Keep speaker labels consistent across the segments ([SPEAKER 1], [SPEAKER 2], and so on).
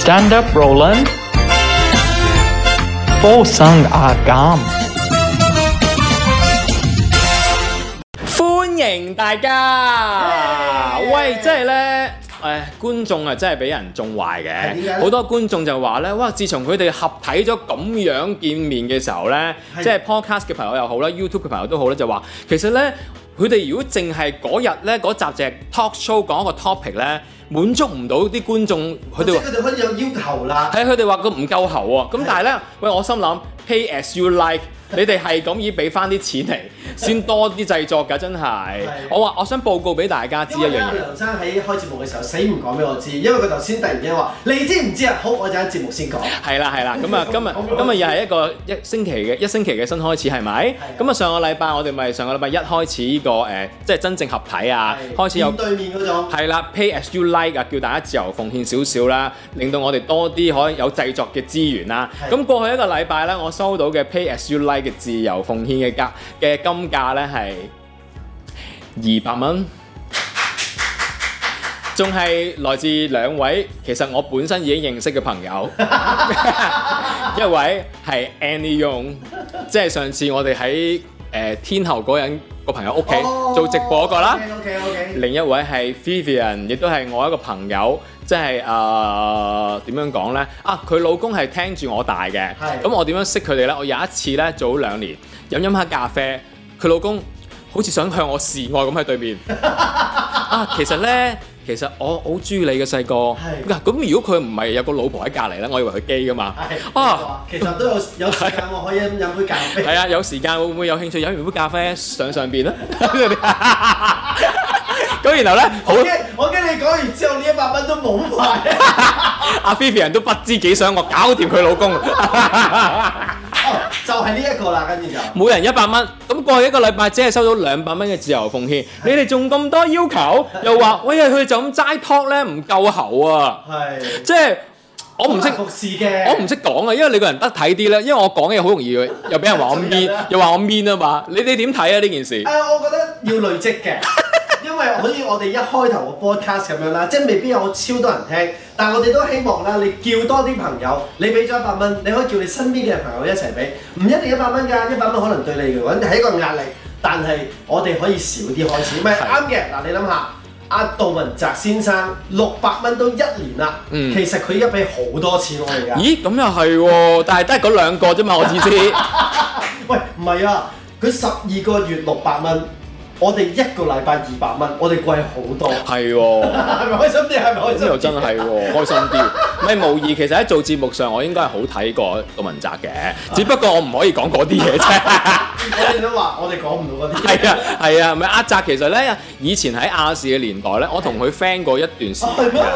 [SPEAKER 1] Stand up, Roland. Fo sung a gam.
[SPEAKER 2] 歡迎大家！喂，即係咧，誒觀眾啊，真係俾人縱壞
[SPEAKER 3] 點解
[SPEAKER 2] 嘅。
[SPEAKER 3] 呢
[SPEAKER 2] 好多觀眾就話咧，哇！自從佢哋合體咗咁樣見面嘅時候咧，
[SPEAKER 3] 係
[SPEAKER 2] 即係 podcast 嘅朋友又好啦，YouTube 嘅朋友都好咧，就話其實咧，佢哋如果淨係嗰日咧嗰集就係 talk show 講一個 topic 咧，滿足唔到啲觀眾，佢哋
[SPEAKER 3] 即係
[SPEAKER 2] 話
[SPEAKER 3] 佢哋開始有要求啦。
[SPEAKER 2] 係佢哋話佢唔夠喉喎。咁但係咧，喂，我心諗 pay as you like，你哋係咁以俾翻啲 錢嚟，先多啲製作㗎，真係
[SPEAKER 3] 係。啊
[SPEAKER 2] 我話我想報告俾大家知
[SPEAKER 3] 因
[SPEAKER 2] 一
[SPEAKER 3] 為
[SPEAKER 2] 樣
[SPEAKER 3] 咧
[SPEAKER 2] 嘢。
[SPEAKER 3] 梁生喺開節目嘅時候死唔講俾我知，因為佢頭先突然間話：你知唔知啊？好，我就喺節目先講。
[SPEAKER 2] 係啦係啦，咁啊今日今日又係一個一星期嘅一星期嘅新開始係咪？
[SPEAKER 3] 係
[SPEAKER 2] 咁啊上個禮拜我哋咪上個禮拜一開始呢、個誒、呃即係真正合體啊，
[SPEAKER 3] 係
[SPEAKER 2] 開始有
[SPEAKER 3] 面。對面嗰種，
[SPEAKER 2] 係啦，pay as you like 啊，叫大家自由奉獻少少啦，令到我哋多啲可以有製作嘅資源啦。
[SPEAKER 3] 係
[SPEAKER 2] 咁過去一個禮拜咧，我收到嘅 pay as you like 嘅自由奉獻嘅價嘅金價咧係二百蚊，仲係來自兩位其實我本身已經認識嘅朋友， 一位係 Annie Yong，即係上次我哋喺誒天后嗰人個朋友屋企
[SPEAKER 3] 哦
[SPEAKER 2] 做直播嗰個啦。
[SPEAKER 3] OK OK
[SPEAKER 2] 另一位係 Vivian，亦都係我一個朋友，即係誒點樣講呢？啊，佢老公係聽住我大嘅
[SPEAKER 3] 係，
[SPEAKER 2] 咁我點樣識佢哋呢？我有一次呢，早兩年飲飲下咖啡，佢老公好似想向我示愛咁喺 對面。啊，其實呢，其實我好中意你嘅細個。
[SPEAKER 3] 係
[SPEAKER 2] 嗱，咁如果佢唔係有個老婆喺隔離呢，我以為佢基噶嘛。
[SPEAKER 3] OK。
[SPEAKER 2] 啊
[SPEAKER 3] 啊，其實都有有時間我可以飲杯咖啡。
[SPEAKER 2] 係啊，有時間會唔會有興趣飲完杯咖啡上上 邊咧？咁然後呢，好
[SPEAKER 3] 我。驚我驚你講完之後呢一百蚊都冇埋。
[SPEAKER 2] 阿 Vivian 都不知幾想我搞掂佢老公，
[SPEAKER 3] 哦，就係呢一個啦，跟住就。
[SPEAKER 2] 每人一百蚊。咁過去一個禮拜只係收到兩百蚊嘅自由奉獻，你哋仲咁多要求，又話喂佢哋就咁齋 talk 咧唔夠喉啊！
[SPEAKER 3] 係。
[SPEAKER 2] 即係我唔識，
[SPEAKER 3] 服侍嘅。
[SPEAKER 2] 我唔識講啊，因為你個人得體啲咧，因為我講嘢好容易又俾人話我 mean，又話我 mean 啊嘛。你你點睇啊呢件事
[SPEAKER 3] 誒、？我覺得要累積 嘅，因為好似我哋一開頭個 podcast 咁樣啦，即係未必有超多人聽，但係我哋都希望啦，你叫多啲朋友，你俾咗一百蚊，你可以叫你身邊嘅朋友一齊俾，唔一定一百蚊㗎，一百蚊可能對你嚟講係一個壓力，但係我哋可以少啲開始，咪
[SPEAKER 2] 係
[SPEAKER 3] 啱嘅。嗱，你諗下。阿杜汶澤先生六百蚊都一年啦，
[SPEAKER 2] 嗯
[SPEAKER 3] 其實佢而家俾好多錢我哋㗎。
[SPEAKER 2] 咦，咁又係喎，但係得嗰兩個啫嘛，我意思。
[SPEAKER 3] 喂，唔係啊，佢十二個月六百蚊，我哋一個禮拜二百蚊，我哋貴好多。
[SPEAKER 2] 係喎。
[SPEAKER 3] 係咪開心啲？係咪開心
[SPEAKER 2] 咁
[SPEAKER 3] 啲？
[SPEAKER 2] 又真啊係 喎，開心啲。咪無疑，其實喺做節目上，我應該係好睇過杜汶澤嘅，只不過我唔可以講嗰啲 嘢啫。
[SPEAKER 3] 我哋都話我哋講唔到嗰啲。
[SPEAKER 2] 係啊，係啊，咪阿澤其實咧，以前喺亞視嘅年代咧，我同佢 friend 過一段時
[SPEAKER 3] 啊
[SPEAKER 2] 間
[SPEAKER 3] 係咩
[SPEAKER 2] 嘅。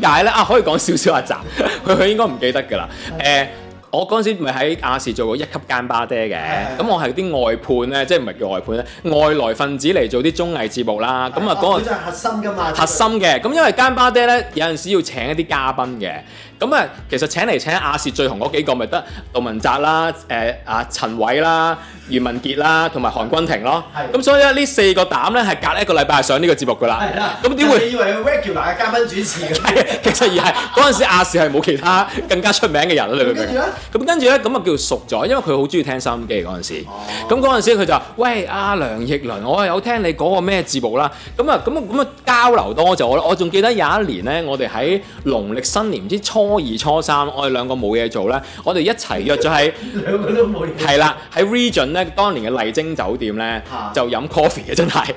[SPEAKER 2] 點解咧？啊，可以講少少阿澤， 佢佢應該唔記得㗎啦。誒、我嗰陣時咪喺亞視做過一級間巴爹嘅，
[SPEAKER 3] 係
[SPEAKER 2] 咁我係啲外判咧，即係唔係叫外判咧，外來分子嚟做啲綜藝節目啦。咁啊，嗰
[SPEAKER 3] 佢
[SPEAKER 2] 個
[SPEAKER 3] 就係核心㗎嘛。
[SPEAKER 2] 核心嘅，咁因為間巴爹咧有陣時要請一啲嘉賓嘅，咁啊其實請嚟請亞視最紅嗰幾個咪得杜汶澤啦、誒、啊陳偉啦、余文傑啦，同埋韓君婷咯。
[SPEAKER 3] 係
[SPEAKER 2] 咁所以咧呢四個膽咧係隔一個禮拜上呢個節目噶啦
[SPEAKER 3] 係啦。。
[SPEAKER 2] 咁點會？
[SPEAKER 3] 你以為佢 regular 嘅嘉賓主持嘅？
[SPEAKER 2] 其實而係嗰陣時亞視係冇其他更加出名嘅人啦，你明唔
[SPEAKER 3] 跟住
[SPEAKER 2] 明
[SPEAKER 3] 咧
[SPEAKER 2] 啊？咁跟住哦咧，咁啊叫熟咗，因為佢好中意聽收音機嗰陣時。咁嗰陣時佢就話：喂，阿梁奕倫，我有聽你講個咩節目啦。咁啊，咁啊，咁啊交流多就我啦。我仲記得有一年咧，我哋喺農曆新年唔知初二初三，我哋兩個冇嘢做咧，我哋一齊約咗 喺。
[SPEAKER 3] 兩個都冇嘢。
[SPEAKER 2] 係啦，喺 Region 咧，當年嘅麗晶酒店咧
[SPEAKER 3] 啊，
[SPEAKER 2] 就飲 coffee 嘅真係，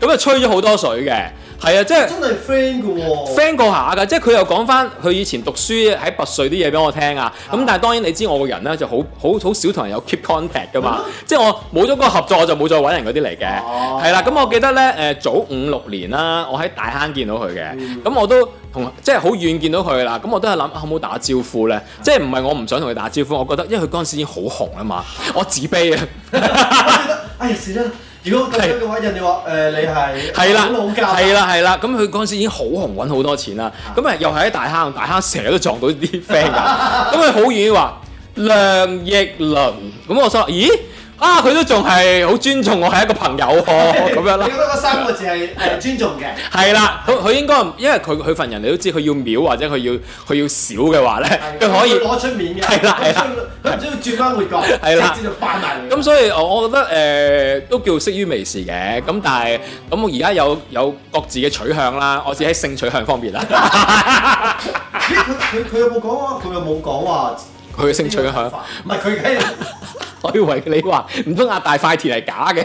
[SPEAKER 2] 咁啊吹咗好多水嘅，係啊，即係
[SPEAKER 3] 真係 friend 嘅喎。
[SPEAKER 2] friend 過下㗎，即係佢又講翻佢以前讀書喺拔萃啲嘢俾我聽啊。咁
[SPEAKER 3] 啊
[SPEAKER 2] 但係當然你知我個人咧就好好好少同人有 keep contact 㗎嘛，即係我冇咗個合作我就冇再揾人嗰啲嚟嘅。
[SPEAKER 3] 嗯哦
[SPEAKER 2] 係啦，咁我記得咧誒、早五六年啦，我喺大坑見到佢嘅，咁、
[SPEAKER 3] 嗯
[SPEAKER 2] 我都同即係好遠見到佢啦，咁我都係諗啊好唔好打招呼咧？即係唔係我唔想同佢打招呼，我覺得因為佢嗰陣時已經好紅啊嘛，我自卑啊。
[SPEAKER 3] 我覺得哎呀死啦！如果咁樣嘅話，人哋話誒你係
[SPEAKER 2] 係啦，
[SPEAKER 3] 老教
[SPEAKER 2] 係啦，係啦。咁佢嗰陣時已經好紅，揾好多錢啦。咁啊，又係喺大坑，大坑成日都撞到啲 friend 㗎。咁佢好遠話梁奕倫，咁我心諗，咦？啊，佢都仲係好尊重我係一個朋友 喎，哦咁樣啦
[SPEAKER 3] 你。覺得嗰三個字係誒尊重嘅？
[SPEAKER 2] 係啦，佢佢應該因為佢佢份人你都知，佢要秒或者佢要佢要少嘅話咧，佢可以。
[SPEAKER 3] 攞出面嘅，
[SPEAKER 2] 係啦係啦
[SPEAKER 3] 佢唔需要，佢唔需要轉翻活角，
[SPEAKER 2] 係啦
[SPEAKER 3] 直接就扮埋你。
[SPEAKER 2] 咁所以我我覺得誒、呃都叫適於微時嘅，咁但係咁我而家有有各自嘅取向啦，我自己喺性取向方面啦，
[SPEAKER 3] 咦佢佢佢有冇講啊？佢有冇講 話？
[SPEAKER 2] 佢嘅性取向，
[SPEAKER 3] 唔係佢梗係
[SPEAKER 2] 我以為你話唔通壓大塊田係假 嘅，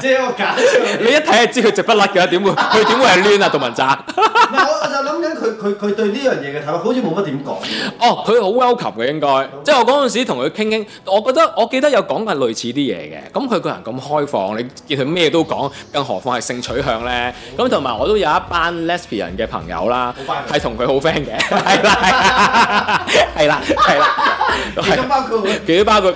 [SPEAKER 3] 即係一個假象。
[SPEAKER 2] 你一睇就知佢直不甩㗎，點會佢點會係攣啊杜文澤？
[SPEAKER 3] 唔係我我就諗緊佢佢佢對呢樣嘢嘅睇法，好似冇乜點講。
[SPEAKER 2] 哦，佢好 welcome 嘅應該，即係我嗰陣時同佢傾傾，我覺得我記得有講緊類似啲嘢嘅。咁佢個人咁開放，你見佢咩都講，更何況係性取向呢？咁同埋我都有一班 lesbian 嘅朋友啦
[SPEAKER 3] 好班，人
[SPEAKER 2] 係同佢好 friend 嘅，係啦，係啦，係啦，
[SPEAKER 3] 其中
[SPEAKER 2] 係
[SPEAKER 3] 包括
[SPEAKER 2] 其中包括，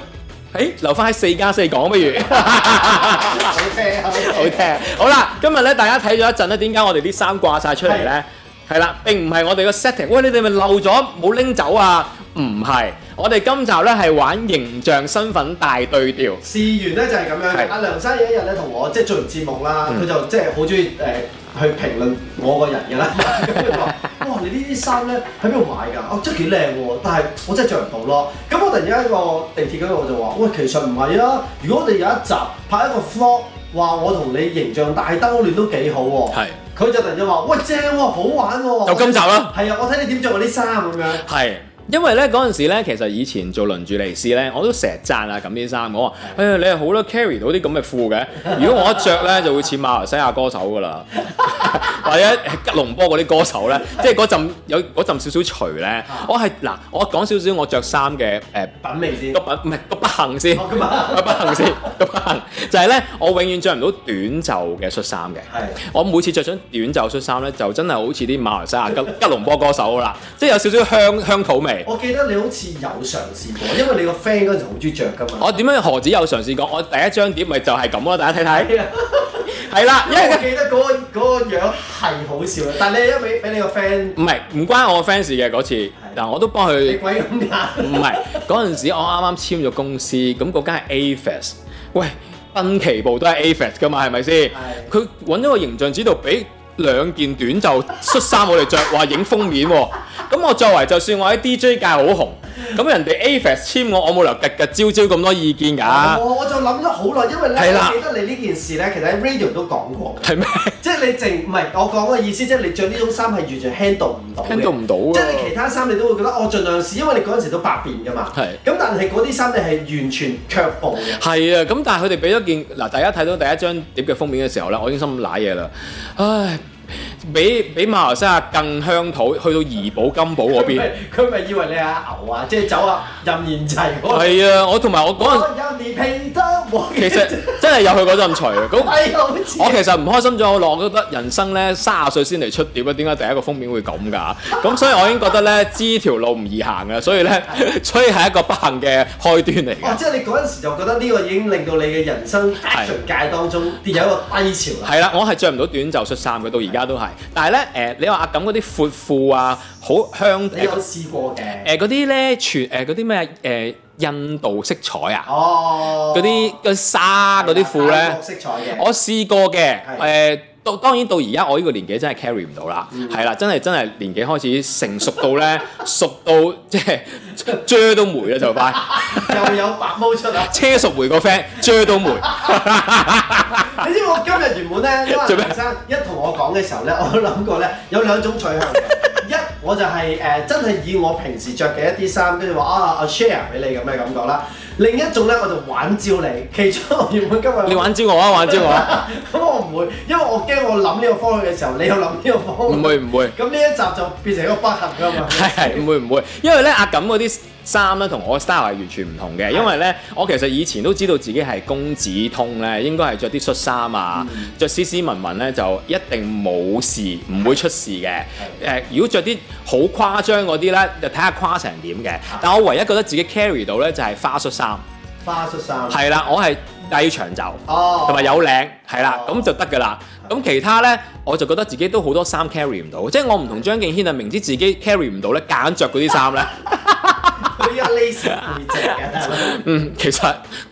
[SPEAKER 2] 誒留翻喺四加四講不如。
[SPEAKER 3] 好 聽
[SPEAKER 2] 好
[SPEAKER 3] 好
[SPEAKER 2] 聽。好啦，今日咧大家睇咗一陣咧，點解我哋啲衫掛晒出嚟咧？係啦，並唔係我哋個 setting。喂，你哋咪漏咗冇拎走啊？唔係，我哋今集咧係玩形象身份大對調。
[SPEAKER 3] 事緣咧就係咁樣嘅
[SPEAKER 2] 係嗯
[SPEAKER 3] 阿梁生有一日咧同我即係做完節目啦，佢就即係好中意誒去評論我個人 嘅啦。咁佢話：哇，你呢啲衫咧喺邊度買㗎？哦，真係幾靚喎，但係我真係着唔到咯。咁我突然間喺個地鐵嗰度我就話：喂，其實唔係啊，如果我哋有一集拍一個 vlog，話我同你形象大兜亂都幾好喎。
[SPEAKER 2] 係，
[SPEAKER 3] 佢就突然間話：喂，正喎，好玩喎。
[SPEAKER 2] 就今集啦。
[SPEAKER 3] 係啊，我睇你點着我啲衫咁樣。
[SPEAKER 2] 係。因為咧嗰陣時咧，其實以前做輪住嚟試咧，我都成日讚啊咁啲衫，我話：哎呀，你係好啦，carry 到啲咁嘅褲嘅。如果我一着咧，就會似馬來西亞歌手噶 啦，或者吉隆坡嗰啲歌手咧，即係嗰陣有嗰陣少少除咧。我係嗱，我講少少我着衫嘅誒
[SPEAKER 3] 品味先
[SPEAKER 2] 個。不唔係個不幸先，
[SPEAKER 3] 哦咁啊
[SPEAKER 2] 個不幸先，個不幸就係咧，我永遠着唔到短袖嘅恤衫嘅。
[SPEAKER 3] 係
[SPEAKER 2] 我每次着上短袖恤衫咧，就真係好似啲馬來西亞吉 吉隆坡歌手啦，即係有少少鄉鄉土味。
[SPEAKER 3] 我記得你好似有嘗試過，因為你個 friend 嗰陣時好中意着噶嘛。
[SPEAKER 2] 我點樣何止有嘗試過？我第一張碟咪就係啊咁咯，大家睇睇。係啦，因
[SPEAKER 3] 因為我
[SPEAKER 2] 為
[SPEAKER 3] 記得嗰、個嗰、個樣係好笑嘅，但係你係因為俾你個 friend
[SPEAKER 2] 唔係唔關我 fans 嘅嗰次，嗱我都幫
[SPEAKER 3] 你
[SPEAKER 2] 佢。
[SPEAKER 3] 鬼咁
[SPEAKER 2] 唔
[SPEAKER 3] 眼，
[SPEAKER 2] 係嗰陣時，我啱啱簽咗公司，咁嗰間係 AFES。喂，濱崎步都係 AFES 噶嘛，係咪先？佢揾咗個形象指導俾兩件短袖恤衫我哋着，話影封面喎。咁我作為就算我喺 DJ 界好紅，咁人哋 AFES 簽我，我冇理由日日朝朝咁多意見㗎，
[SPEAKER 3] 我我就諗咗好耐，因為
[SPEAKER 2] 係
[SPEAKER 3] 咧
[SPEAKER 2] 啦
[SPEAKER 3] 我記得你呢件事咧，其實喺 radio 都講過，
[SPEAKER 2] 係咩？
[SPEAKER 3] 即係你淨唔係我講嘅意思，即係你着呢種衫係完全 handle 唔到嘅
[SPEAKER 2] handle 唔到啊㗎
[SPEAKER 3] 即係你其他衫你都會覺得哦我盡量試，因為你嗰陣時都百變㗎嘛。
[SPEAKER 2] 係
[SPEAKER 3] 咁但係嗰啲衫你係完全卻步嘅。
[SPEAKER 2] 係啊，咁但係佢哋俾咗件嗱，大家睇到第一張碟嘅封面嘅時候咧，我已經心揦嘢啦，唉，比比馬來西亞更鄉土，去到怡寶金寶嗰邊。
[SPEAKER 3] 佢咪以為你係阿牛啊，即係走啊任賢齊嗰個。
[SPEAKER 2] 係啊，我同埋我嗰陣
[SPEAKER 3] 我有年皮得我
[SPEAKER 2] 其 實真係有佢嗰陣除咁。
[SPEAKER 3] 係好似
[SPEAKER 2] 我其實唔開心咗好耐，我覺得人生咧三十歲先嚟出碟咧，啊點解第一個封面會咁㗎？咁所以我已經覺得咧，知條路唔易行嘅，所以咧，所以係一個不幸嘅開端嚟
[SPEAKER 3] 哇！
[SPEAKER 2] 嘅。
[SPEAKER 3] 哦即係你嗰陣時就覺得呢個已經令到你嘅人生 action 界當中跌有一個低潮啦。
[SPEAKER 2] 係啦，我係着唔到短袖恤衫嘅，到而家都係。但係咧，誒你話阿錦嗰啲闊褲啊，好香
[SPEAKER 3] 你有
[SPEAKER 2] 誒
[SPEAKER 3] 試過嘅？
[SPEAKER 2] 嗰啲咧，全誒嗰啲咩啊誒印度色彩啊，
[SPEAKER 3] 哦，
[SPEAKER 2] 嗰啲嗰啲紗嗰啲褲咧。
[SPEAKER 3] 泰國色彩嘅，
[SPEAKER 2] 我試過嘅，
[SPEAKER 3] 係嗯
[SPEAKER 2] 誒到當然到而家我呢個年紀真係 carry 唔到啦，係啦，真係真係年紀開始成熟到咧， 熟到即係 遮到霉啦啊就快，。
[SPEAKER 3] 又有白毛出啦
[SPEAKER 2] 車熟梅個 friend 遮到霉，
[SPEAKER 3] 你知唔知我今日原本咧，因為
[SPEAKER 2] 做咩
[SPEAKER 3] 梁生一同我講嘅時候咧，我諗過咧有兩種取向 嘅。一我就係、誒、真係以我平時着嘅一啲衫，跟住話啊我 share 俾你咁嘅感覺啦。另一種咧我就玩招你，其中我原本今日
[SPEAKER 2] 你玩招我啊，玩招我啊，
[SPEAKER 3] 咁我唔會，因為我驚我諗呢個方向嘅時候，你又諗呢個方向。
[SPEAKER 2] 唔會唔會。
[SPEAKER 3] 咁呢一集就變成一個不幸㗎嘛。
[SPEAKER 2] 係係唔會唔會，因為咧阿錦嗰啲衫咧同我 style 係完全唔同嘅，因為咧我其實以前都知道自己係公子通咧，應該係着啲恤衫啊，着斯斯文文咧就一定冇事，唔會出事嘅。誒、如果着啲好誇張嗰啲咧，就睇下誇成點嘅。但我唯一覺得自己 carry 到咧就係花恤衫，
[SPEAKER 3] 花恤衫。
[SPEAKER 2] 係啦，我係低長袖。
[SPEAKER 3] 哦。
[SPEAKER 2] 同埋有領，係啦，
[SPEAKER 3] 哦
[SPEAKER 2] 咁就得㗎啦。咁其他呢，我就覺得自己都好 多衫 carry 唔到，即係我唔同張敬軒啊，明知自己 carry 唔到呢，夾硬着嗰啲衫呢，
[SPEAKER 3] 佢有 lace 背脊嘅大佬。
[SPEAKER 2] 嗯，其實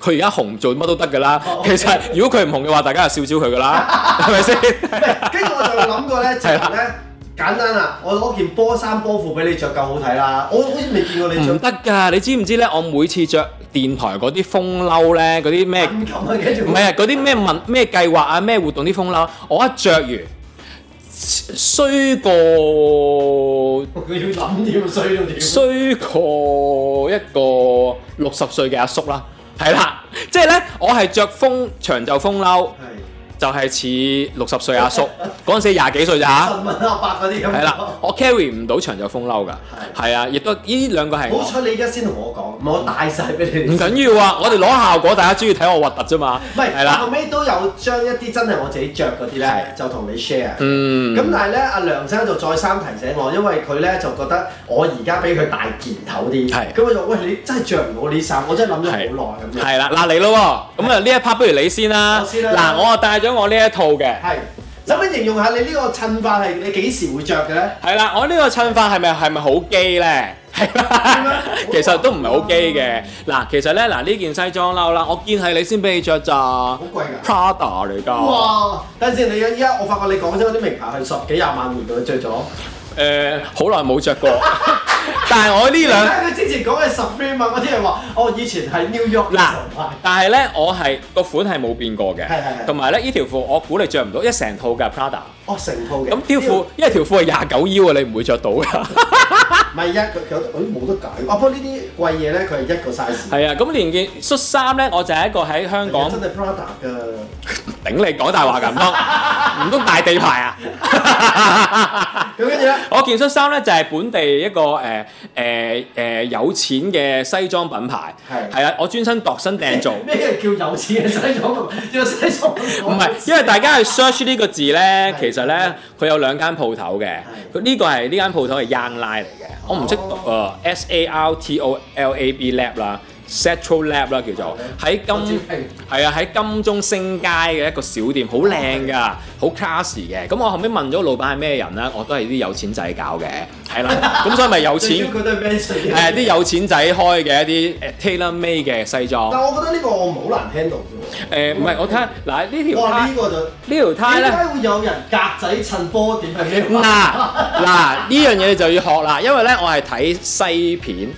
[SPEAKER 2] 佢而家紅做乜都得㗎啦
[SPEAKER 3] 哦。
[SPEAKER 2] 其實如果佢唔紅嘅話，大家就笑招佢㗎 啦，係咪先？
[SPEAKER 3] 唔係 跟住我就諗過咧，直
[SPEAKER 2] 係啦
[SPEAKER 3] 頭咧簡單啦，我攞件波衫波褲俾你着夠好睇啦。我好似未見過你着
[SPEAKER 2] 唔得㗎，你知唔知咧？我每次着電台嗰啲風褸咧，嗰啲咩？
[SPEAKER 3] 咁咁啊，跟住
[SPEAKER 2] 唔係啊，嗰啲咩問咩計劃啊，咩活動啲風褸，我一着完衰過
[SPEAKER 3] 佢要諗點衰到點。
[SPEAKER 2] 衰過一個六十歲嘅阿叔啦，係啦，即係咧，我係着風長袖風褸，
[SPEAKER 3] 係
[SPEAKER 2] 就係似六十歲阿叔嗰陣時廿幾歲咋，
[SPEAKER 3] 神問阿啊伯嗰啲咁。
[SPEAKER 2] 啊係啦，我 carry 唔到長袖風褸㗎，係啊，亦都呢兩個係
[SPEAKER 3] 好
[SPEAKER 2] 我。
[SPEAKER 3] 彩你而家先同我講，唔係我帶晒俾你。
[SPEAKER 2] 唔緊要啊！我哋攞效果，大家中意睇我核突啫嘛。
[SPEAKER 3] 唔係，
[SPEAKER 2] 係
[SPEAKER 3] 我
[SPEAKER 2] 啦
[SPEAKER 3] 後，尾都有將一啲真係我自己着嗰啲咧
[SPEAKER 2] 係，
[SPEAKER 3] 就同你 share。
[SPEAKER 2] 嗯，
[SPEAKER 3] 咁但係咧，阿梁生就再三提醒我，因為佢咧就覺得我而家比佢大件頭啲，
[SPEAKER 2] 係
[SPEAKER 3] 咁我就喂你真係着唔到呢衫，我真係諗咗好耐咁樣。
[SPEAKER 2] 係啦，嗱嚟咯喎，咁啊呢一 part 不如你先啦。
[SPEAKER 3] 我先啦
[SPEAKER 2] 嗱，我啊帶咗我呢一套嘅，
[SPEAKER 3] 係，使唔使形容下你呢個襯法係你幾時會着嘅咧？
[SPEAKER 2] 係啦，我呢個襯法係咪係咪好基咧？係啦
[SPEAKER 3] 咩，
[SPEAKER 2] 其實都唔係好基嘅。嗱，其實咧嗱呢件西裝褸啦，我見係你先俾你着咋
[SPEAKER 3] 好貴㗎！
[SPEAKER 2] ，Prada 嚟㗎。
[SPEAKER 3] 哇！等陣先，你依家我發覺你講真嗰啲名牌係十幾廿萬年代着咗，
[SPEAKER 2] 誒，好耐冇 着過，但係我呢兩。
[SPEAKER 3] 但係佢之前講嘅 Supreme 啊嗰啲係話，哦以前係 New York 嘅
[SPEAKER 2] 嗱
[SPEAKER 3] 時候買，
[SPEAKER 2] 但係咧，我係個款係冇變過嘅
[SPEAKER 3] 係係係，
[SPEAKER 2] 同埋咧呢條褲我估你着唔到，因為成套㗎 Prada。
[SPEAKER 3] 哦成套嘅。
[SPEAKER 2] 咁條褲，因為條褲係廿九腰啊，你唔會着到 㗎。
[SPEAKER 3] 唔係一佢佢有佢冇得解。哦，不過呢啲貴嘢咧，佢係一個 size。
[SPEAKER 2] 係啊，咁連件恤衫咧，我就係一個喺香港
[SPEAKER 3] 真係 Prada 㗎。
[SPEAKER 2] 頂你講大話㗎，唔通唔通大地牌啊？
[SPEAKER 3] 咁跟住咧，
[SPEAKER 2] 我件恤衫咧就係本地一個誒誒誒有錢嘅西裝品牌，
[SPEAKER 3] 係
[SPEAKER 2] 係啊，我專身度身訂做。
[SPEAKER 3] 咩叫有錢嘅西裝啊？要西裝
[SPEAKER 2] 唔
[SPEAKER 3] 唔
[SPEAKER 2] 係，因為大家去 search 呢個字咧
[SPEAKER 3] 係，
[SPEAKER 2] 其實咧佢有兩間鋪頭嘅，
[SPEAKER 3] 係哦
[SPEAKER 2] 佢呢個係呢間鋪頭係 Young Line 嚟嘅，我唔識讀啊，S A R T O L A B Lab 啦，Central Lab 啦叫做，喺
[SPEAKER 3] 我知
[SPEAKER 2] 金係啊喺金鐘星街嘅一個小店，好靚㗎，好 classy 嘅。咁我後尾問咗老闆係咩人啦，我都係啲有錢仔搞嘅，係 啦，咁所以咪有
[SPEAKER 3] 最主
[SPEAKER 2] 錢
[SPEAKER 3] 要佢都係 mention 嘅。
[SPEAKER 2] 誒啲有錢仔開嘅一啲誒 tailor made 嘅西裝，
[SPEAKER 3] 但我覺得呢個我唔好難聽到啫
[SPEAKER 2] 誒唔係我睇下嗱呢
[SPEAKER 3] 喎。
[SPEAKER 2] 條
[SPEAKER 3] 哇！
[SPEAKER 2] 呔
[SPEAKER 3] 呢個就
[SPEAKER 2] 呢條呔
[SPEAKER 3] 點
[SPEAKER 2] 咧。
[SPEAKER 3] 解會有人格仔襯波點係 咩
[SPEAKER 2] 嗱嗱呢樣嘢你就要學啦，因為咧我係睇西片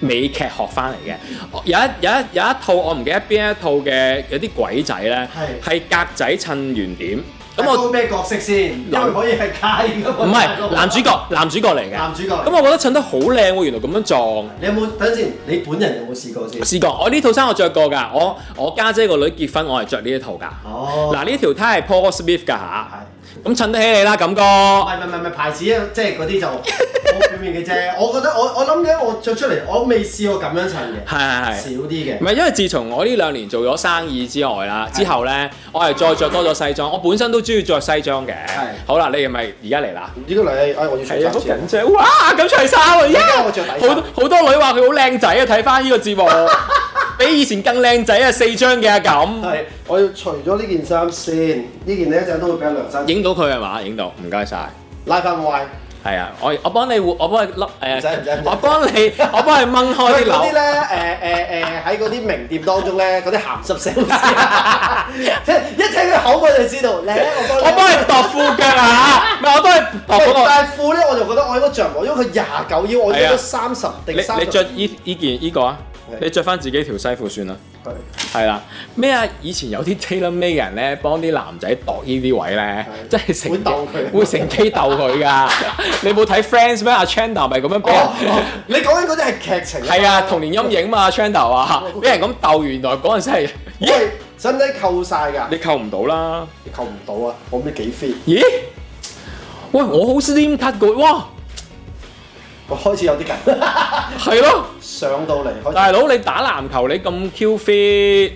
[SPEAKER 2] 美劇學翻嚟嘅。有一有一有一套我唔記得邊一套嘅有啲鬼仔咧，係格仔襯圓點。咁我
[SPEAKER 3] 我咩角色先？因為可以係街啊㗎嘛。
[SPEAKER 2] 唔係男主角，男主角嚟嘅。
[SPEAKER 3] 男主角嚟
[SPEAKER 2] 咁我覺得襯得好靚喎，原來咁樣撞。
[SPEAKER 3] 你有冇等陣先？你本人有冇試過先？
[SPEAKER 2] 試過，我呢套衫我着過㗎，我我家姐個女結婚我係着呢一套㗎。
[SPEAKER 3] 哦，
[SPEAKER 2] 嗱呢條呔係 Paul Smith 㗎嚇，
[SPEAKER 3] 係。
[SPEAKER 2] 咁襯得起你啦，感哥
[SPEAKER 3] 唔。係唔係唔係牌子啊，即係嗰啲就好表面嘅啫。我覺得我我諗咧，我着出嚟我未試過咁樣襯嘅，
[SPEAKER 2] 係係係
[SPEAKER 3] 少。啲嘅
[SPEAKER 2] 唔。係，因為自從我呢兩年做咗生意之外啦，
[SPEAKER 3] 係
[SPEAKER 2] 之後咧，我係再着多咗西裝。我本身都中意着西裝嘅。好啦，你係咪而家嚟啦？
[SPEAKER 3] 呢個女人，哎，我要除
[SPEAKER 2] 係啊，好緊張！哇，咁除衫啊！呀
[SPEAKER 3] 家我着底衫
[SPEAKER 2] 好多好多女話佢好靚仔啊！睇翻呢個節 目，比以前更靚仔啊！四張嘅啊咁，
[SPEAKER 3] 係，我要除咗呢件衫先，呢件咧一陣都會俾阿梁生
[SPEAKER 2] 影到佢係嘛？影到，唔該晒。
[SPEAKER 3] 拉翻歪。
[SPEAKER 2] 係啊，我我幫你換我幫你笠
[SPEAKER 3] 唔使唔使
[SPEAKER 2] 誒
[SPEAKER 3] 唔使，
[SPEAKER 2] 我幫你我幫你掹
[SPEAKER 3] 喂
[SPEAKER 2] 開啲
[SPEAKER 3] 嗰啲
[SPEAKER 2] 紐。
[SPEAKER 3] 咧，誒誒誒，喺嗰啲名店當中咧，嗰啲鹹濕聲，即係一聽佢口我就知道。嚟，我
[SPEAKER 2] 我幫
[SPEAKER 3] 幫
[SPEAKER 2] 你
[SPEAKER 3] 你。
[SPEAKER 2] 度褲腳啊！唔係，我幫你度嗰個。
[SPEAKER 3] 但係褲咧，我就覺得我應該着唔落，因為佢廿九腰，我着咗三十定三
[SPEAKER 2] 你
[SPEAKER 3] 十。
[SPEAKER 2] 你著依依件依個啊
[SPEAKER 3] 係？
[SPEAKER 2] 你着翻自己條西褲算啦，
[SPEAKER 3] 係
[SPEAKER 2] 係啦。咩啊？以前有啲 tailor made 嘅人咧，幫啲男仔度呢啲位咧，
[SPEAKER 3] 係
[SPEAKER 2] 真係成
[SPEAKER 3] 會鬥佢
[SPEAKER 2] 會乘機鬥佢㗎。 你冇睇 Friends 咩？阿 Chandler 咪咁樣俾人
[SPEAKER 3] 哦，你講緊嗰啲係劇情
[SPEAKER 2] 係啊，童年陰影嘛，阿 Chandler 啊，
[SPEAKER 3] 哦
[SPEAKER 2] 俾人咁鬥，原來嗰陣時係，咦？
[SPEAKER 3] 喂，使唔使扣晒㗎？
[SPEAKER 2] 你扣唔到啦？
[SPEAKER 3] 你扣唔到啊！我唔知幾 fit，
[SPEAKER 2] 咦？喂，我好 slim cut 㗎喎，哇，
[SPEAKER 3] 我開始有啲緊，
[SPEAKER 2] 係咯，
[SPEAKER 3] 上到嚟開
[SPEAKER 2] 大
[SPEAKER 3] 始。
[SPEAKER 2] 佬你打籃球你咁 Q fit，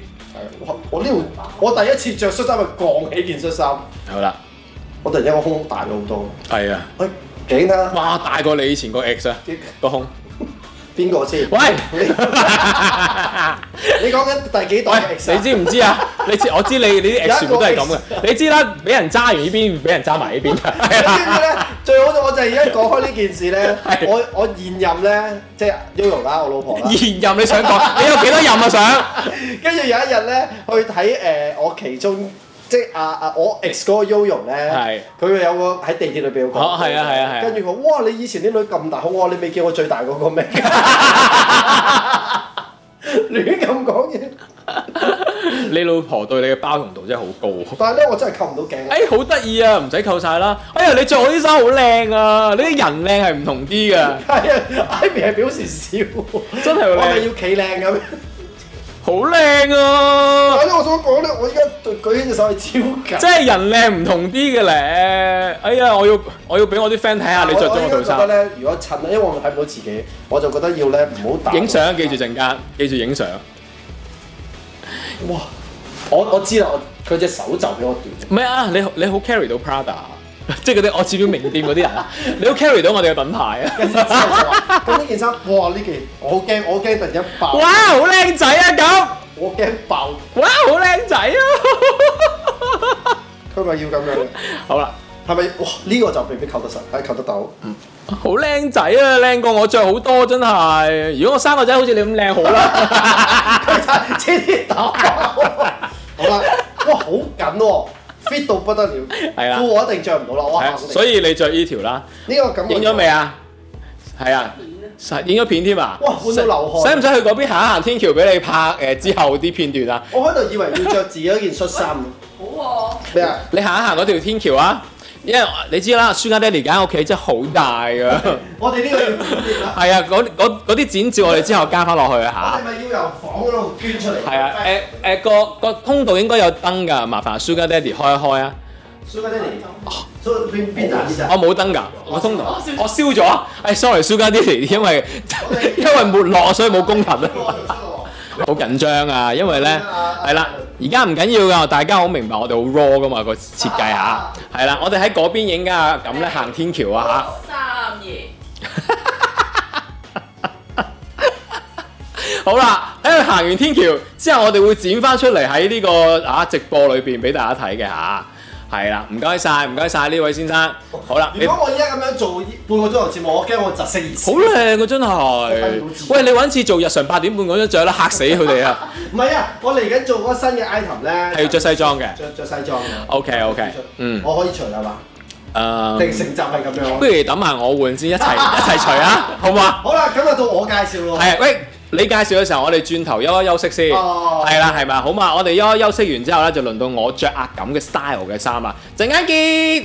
[SPEAKER 3] 我我呢度我第一次着恤衫係降起件恤衫，
[SPEAKER 2] 好啦，
[SPEAKER 3] 我突然間個胸大咗好多。
[SPEAKER 2] 係啊。
[SPEAKER 3] 喂，勁啦！
[SPEAKER 2] 哇！大過你以前個 ex 啊，個胸
[SPEAKER 4] 邊個先？
[SPEAKER 2] 喂，
[SPEAKER 4] 你講緊第幾代嘅 ex
[SPEAKER 2] 喂，
[SPEAKER 4] 啊
[SPEAKER 2] 你知唔知啊？你知我知你你啲 ex 全部都係咁嘅，你知啦，俾人揸完呢邊，俾人揸埋呢 邊啊
[SPEAKER 4] 你知唔知
[SPEAKER 2] 嘅。
[SPEAKER 4] 咧？最好就我就係而家講開呢件事咧
[SPEAKER 2] 係，
[SPEAKER 4] 我我現任咧，即係 Yoyo 啦，我老婆啦。
[SPEAKER 2] 現任你想講，你有幾多任啊？想
[SPEAKER 4] 跟住有一日咧，去睇誒、呃我其中即係啊啊我 ex 嗰個 Yoyo
[SPEAKER 2] 係
[SPEAKER 4] 咧，佢有個喺地鐵裏邊有個，
[SPEAKER 2] 哦係啊係啊係啊
[SPEAKER 4] 跟住佢哇你以前啲女咁大好，我話你未見我最大嗰個 咩？亂咁講嘢，
[SPEAKER 2] 你老婆對你嘅包容度真係好高。
[SPEAKER 4] 但係咧我真係扣唔到頸。
[SPEAKER 2] 哎，好得意啊，唔使扣晒啦。哎呀，你着我啲衫好靚啊，你啲人靚係唔同啲嘅，
[SPEAKER 4] 係啊，Ivy 係表示笑，
[SPEAKER 2] 哎真係
[SPEAKER 4] 我
[SPEAKER 2] 好
[SPEAKER 4] 咪
[SPEAKER 2] 靚，
[SPEAKER 4] 要企靚咁。
[SPEAKER 2] 好靚啊
[SPEAKER 4] 但係！咧，我想講咧，我而家舉舉起隻手係超緊。
[SPEAKER 2] 即係人靚唔同啲嘅咧。哎呀，我要我要俾我啲 friend 睇下你着咗我
[SPEAKER 4] 我
[SPEAKER 2] 套
[SPEAKER 4] 我覺得
[SPEAKER 2] 衫。
[SPEAKER 4] 咧，如果襯，因為我睇唔到自己，我就覺得要咧唔好打。
[SPEAKER 2] 影相記住陣間，記住影相。
[SPEAKER 4] 哇！我我知啦，我佢隻手就比我短。
[SPEAKER 2] 唔係啊，你你好 carry 到 Prada，即啊 係嗰啲我指標名店嗰啲人啊， 你好 carry 到我哋嘅品牌
[SPEAKER 4] 跟住
[SPEAKER 2] 啊。
[SPEAKER 4] 之 後我話咁呢件衫，哇！呢件我好驚，我好驚突然間爆，
[SPEAKER 2] 哇，好靚仔啊咁！
[SPEAKER 4] 我驚爆，
[SPEAKER 2] 哇，好靚仔啊！
[SPEAKER 4] 佢咪要咁樣嘅，
[SPEAKER 2] 好啦。
[SPEAKER 4] 係咪？哇！呢、個就未必扣得實，係扣得到。
[SPEAKER 2] 嗯好靚仔啊，靚過我着好多真係。如果我生個仔好似你咁靚好 啦。
[SPEAKER 4] 佢就 黐啲豆。好啦，哇！好緊喎，fit 到不得了。
[SPEAKER 2] 係啦
[SPEAKER 4] 褲我一定着唔到啦，我
[SPEAKER 2] 係啊
[SPEAKER 4] 下
[SPEAKER 2] 所以你着呢條啦，
[SPEAKER 4] 呢個感覺
[SPEAKER 2] 影咗未？啊？係啊，實影咗片添啊！
[SPEAKER 4] 哇換到流汗
[SPEAKER 2] 使唔使去嗰邊行一行天橋俾你拍誒之後啲片段啊？
[SPEAKER 4] 我喺度以為要着自己嗰件恤衫喎。
[SPEAKER 5] 好
[SPEAKER 4] 咩啊？
[SPEAKER 2] 你行一行嗰條天橋啊！因為你知啦，舒家爹哋間屋企真係好大噶，
[SPEAKER 4] 我哋呢個要剪接啦。
[SPEAKER 2] 係啊，嗰嗰嗰啲剪照我哋之後加翻落去
[SPEAKER 4] 我
[SPEAKER 2] 嚇
[SPEAKER 4] 哋。咪要由房嗰度捐出嚟？
[SPEAKER 2] 係啊，誒誒個個通道應該有燈㗎，麻煩舒家爹哋開一開啊！
[SPEAKER 4] Sugar Daddy，所以邊啊邊大啲
[SPEAKER 2] 我
[SPEAKER 4] 咋？
[SPEAKER 2] 冇燈㗎，我通常我燒咗。誒，sorry，蘇家 Daddy，因 為因為沒落，所以冇公頻啊。 好緊張啊，因為咧係啦，而家唔緊要㗎，大家好明白我哋好 raw 㗎嘛個設計嚇。係啦，我哋喺嗰邊影㗎，咁咧行天橋啊
[SPEAKER 5] 喎，三爺，
[SPEAKER 2] 嚇。好啦，喺佢行完天橋之後，我哋會剪翻出嚟喺呢個啊直播裏邊俾大家睇嘅嚇。係啦，唔該晒，唔該晒呢位先生。好啦，你
[SPEAKER 4] 如果我依家咁樣做半個鐘頭節目，我驚我窒息而死
[SPEAKER 2] 好。靚啊，真
[SPEAKER 4] 睇
[SPEAKER 2] 係
[SPEAKER 4] 唔到字。
[SPEAKER 2] 喂，你揾次做日常八點半嗰張相啦，嚇死佢哋 啊！
[SPEAKER 4] 唔係啊，我嚟緊做嗰個新嘅 item 咧，
[SPEAKER 2] 係要着西裝嘅。
[SPEAKER 4] 着着西裝嘅。
[SPEAKER 2] OK OK，嗯，
[SPEAKER 4] 我可以除啦嘛？定
[SPEAKER 2] 誒，
[SPEAKER 4] 成集係咁
[SPEAKER 2] 不
[SPEAKER 4] 樣。
[SPEAKER 2] 如等埋我換先，一齊一齊除啊，好唔好啊？
[SPEAKER 4] 好啦，咁啊到我介紹咯。
[SPEAKER 2] 係，喂，你介紹嘅時候，我哋轉頭休一休息先。
[SPEAKER 4] 哦
[SPEAKER 2] 係啦，係咪？好嘛，我哋休一休息完之後咧，就輪到我着壓咁嘅 style 嘅衫啦。陣間見。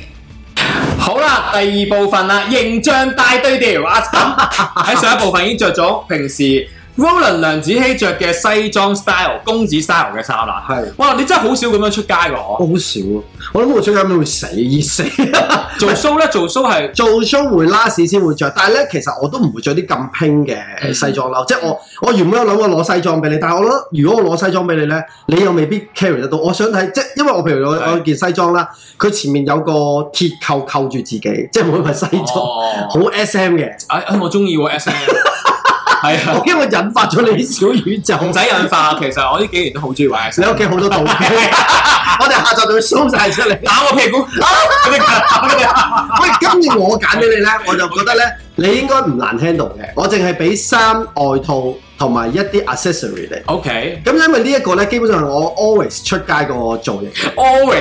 [SPEAKER 2] 好啦，第二部分啦，形象大對 調。阿森喺上一部分已經着咗平時 Roland 梁子希着嘅西裝 style、公子 style 嘅衫啦。
[SPEAKER 3] 係
[SPEAKER 2] 哇，你真係好少咁樣出街㗎
[SPEAKER 3] 我
[SPEAKER 2] 我。
[SPEAKER 3] 好少啊！我諗我最近會死熱死，
[SPEAKER 2] 做 show 咧，做 show 係
[SPEAKER 3] 做 show 會拉屎先會着，但係咧其實我都唔會着啲咁拼嘅
[SPEAKER 2] 嗯
[SPEAKER 3] 西裝褸，即係我我原本有諗過攞西裝俾你，但係我覺得如果我攞西裝俾你咧，你又未必 carry 得到。我想睇即係因為我譬如我
[SPEAKER 2] 係
[SPEAKER 3] 我件西裝啦，佢前面有個鐵扣扣住自己，即係唔會係西裝，
[SPEAKER 2] 哦。
[SPEAKER 3] 好 S M 嘅。
[SPEAKER 2] 哎哎，我中意喎 S M。係 啊
[SPEAKER 3] 我，驚我引發咗你啲小宇宙。
[SPEAKER 2] 唔使引化，其實我呢幾年都好中意玩 S
[SPEAKER 3] 你
[SPEAKER 2] M。
[SPEAKER 3] 屋企好多道 具，我哋下晝就會 show 晒出嚟。
[SPEAKER 2] 打我屁 股，
[SPEAKER 3] 喂，今次我揀俾你 咧，我就覺得咧，你應該唔難 handle 嘅。我淨係俾衫、外套同埋一啲 accessory 嚟。
[SPEAKER 2] O K，always
[SPEAKER 3] 咁因為呢一個咧，基本上係我 always 出街個造型。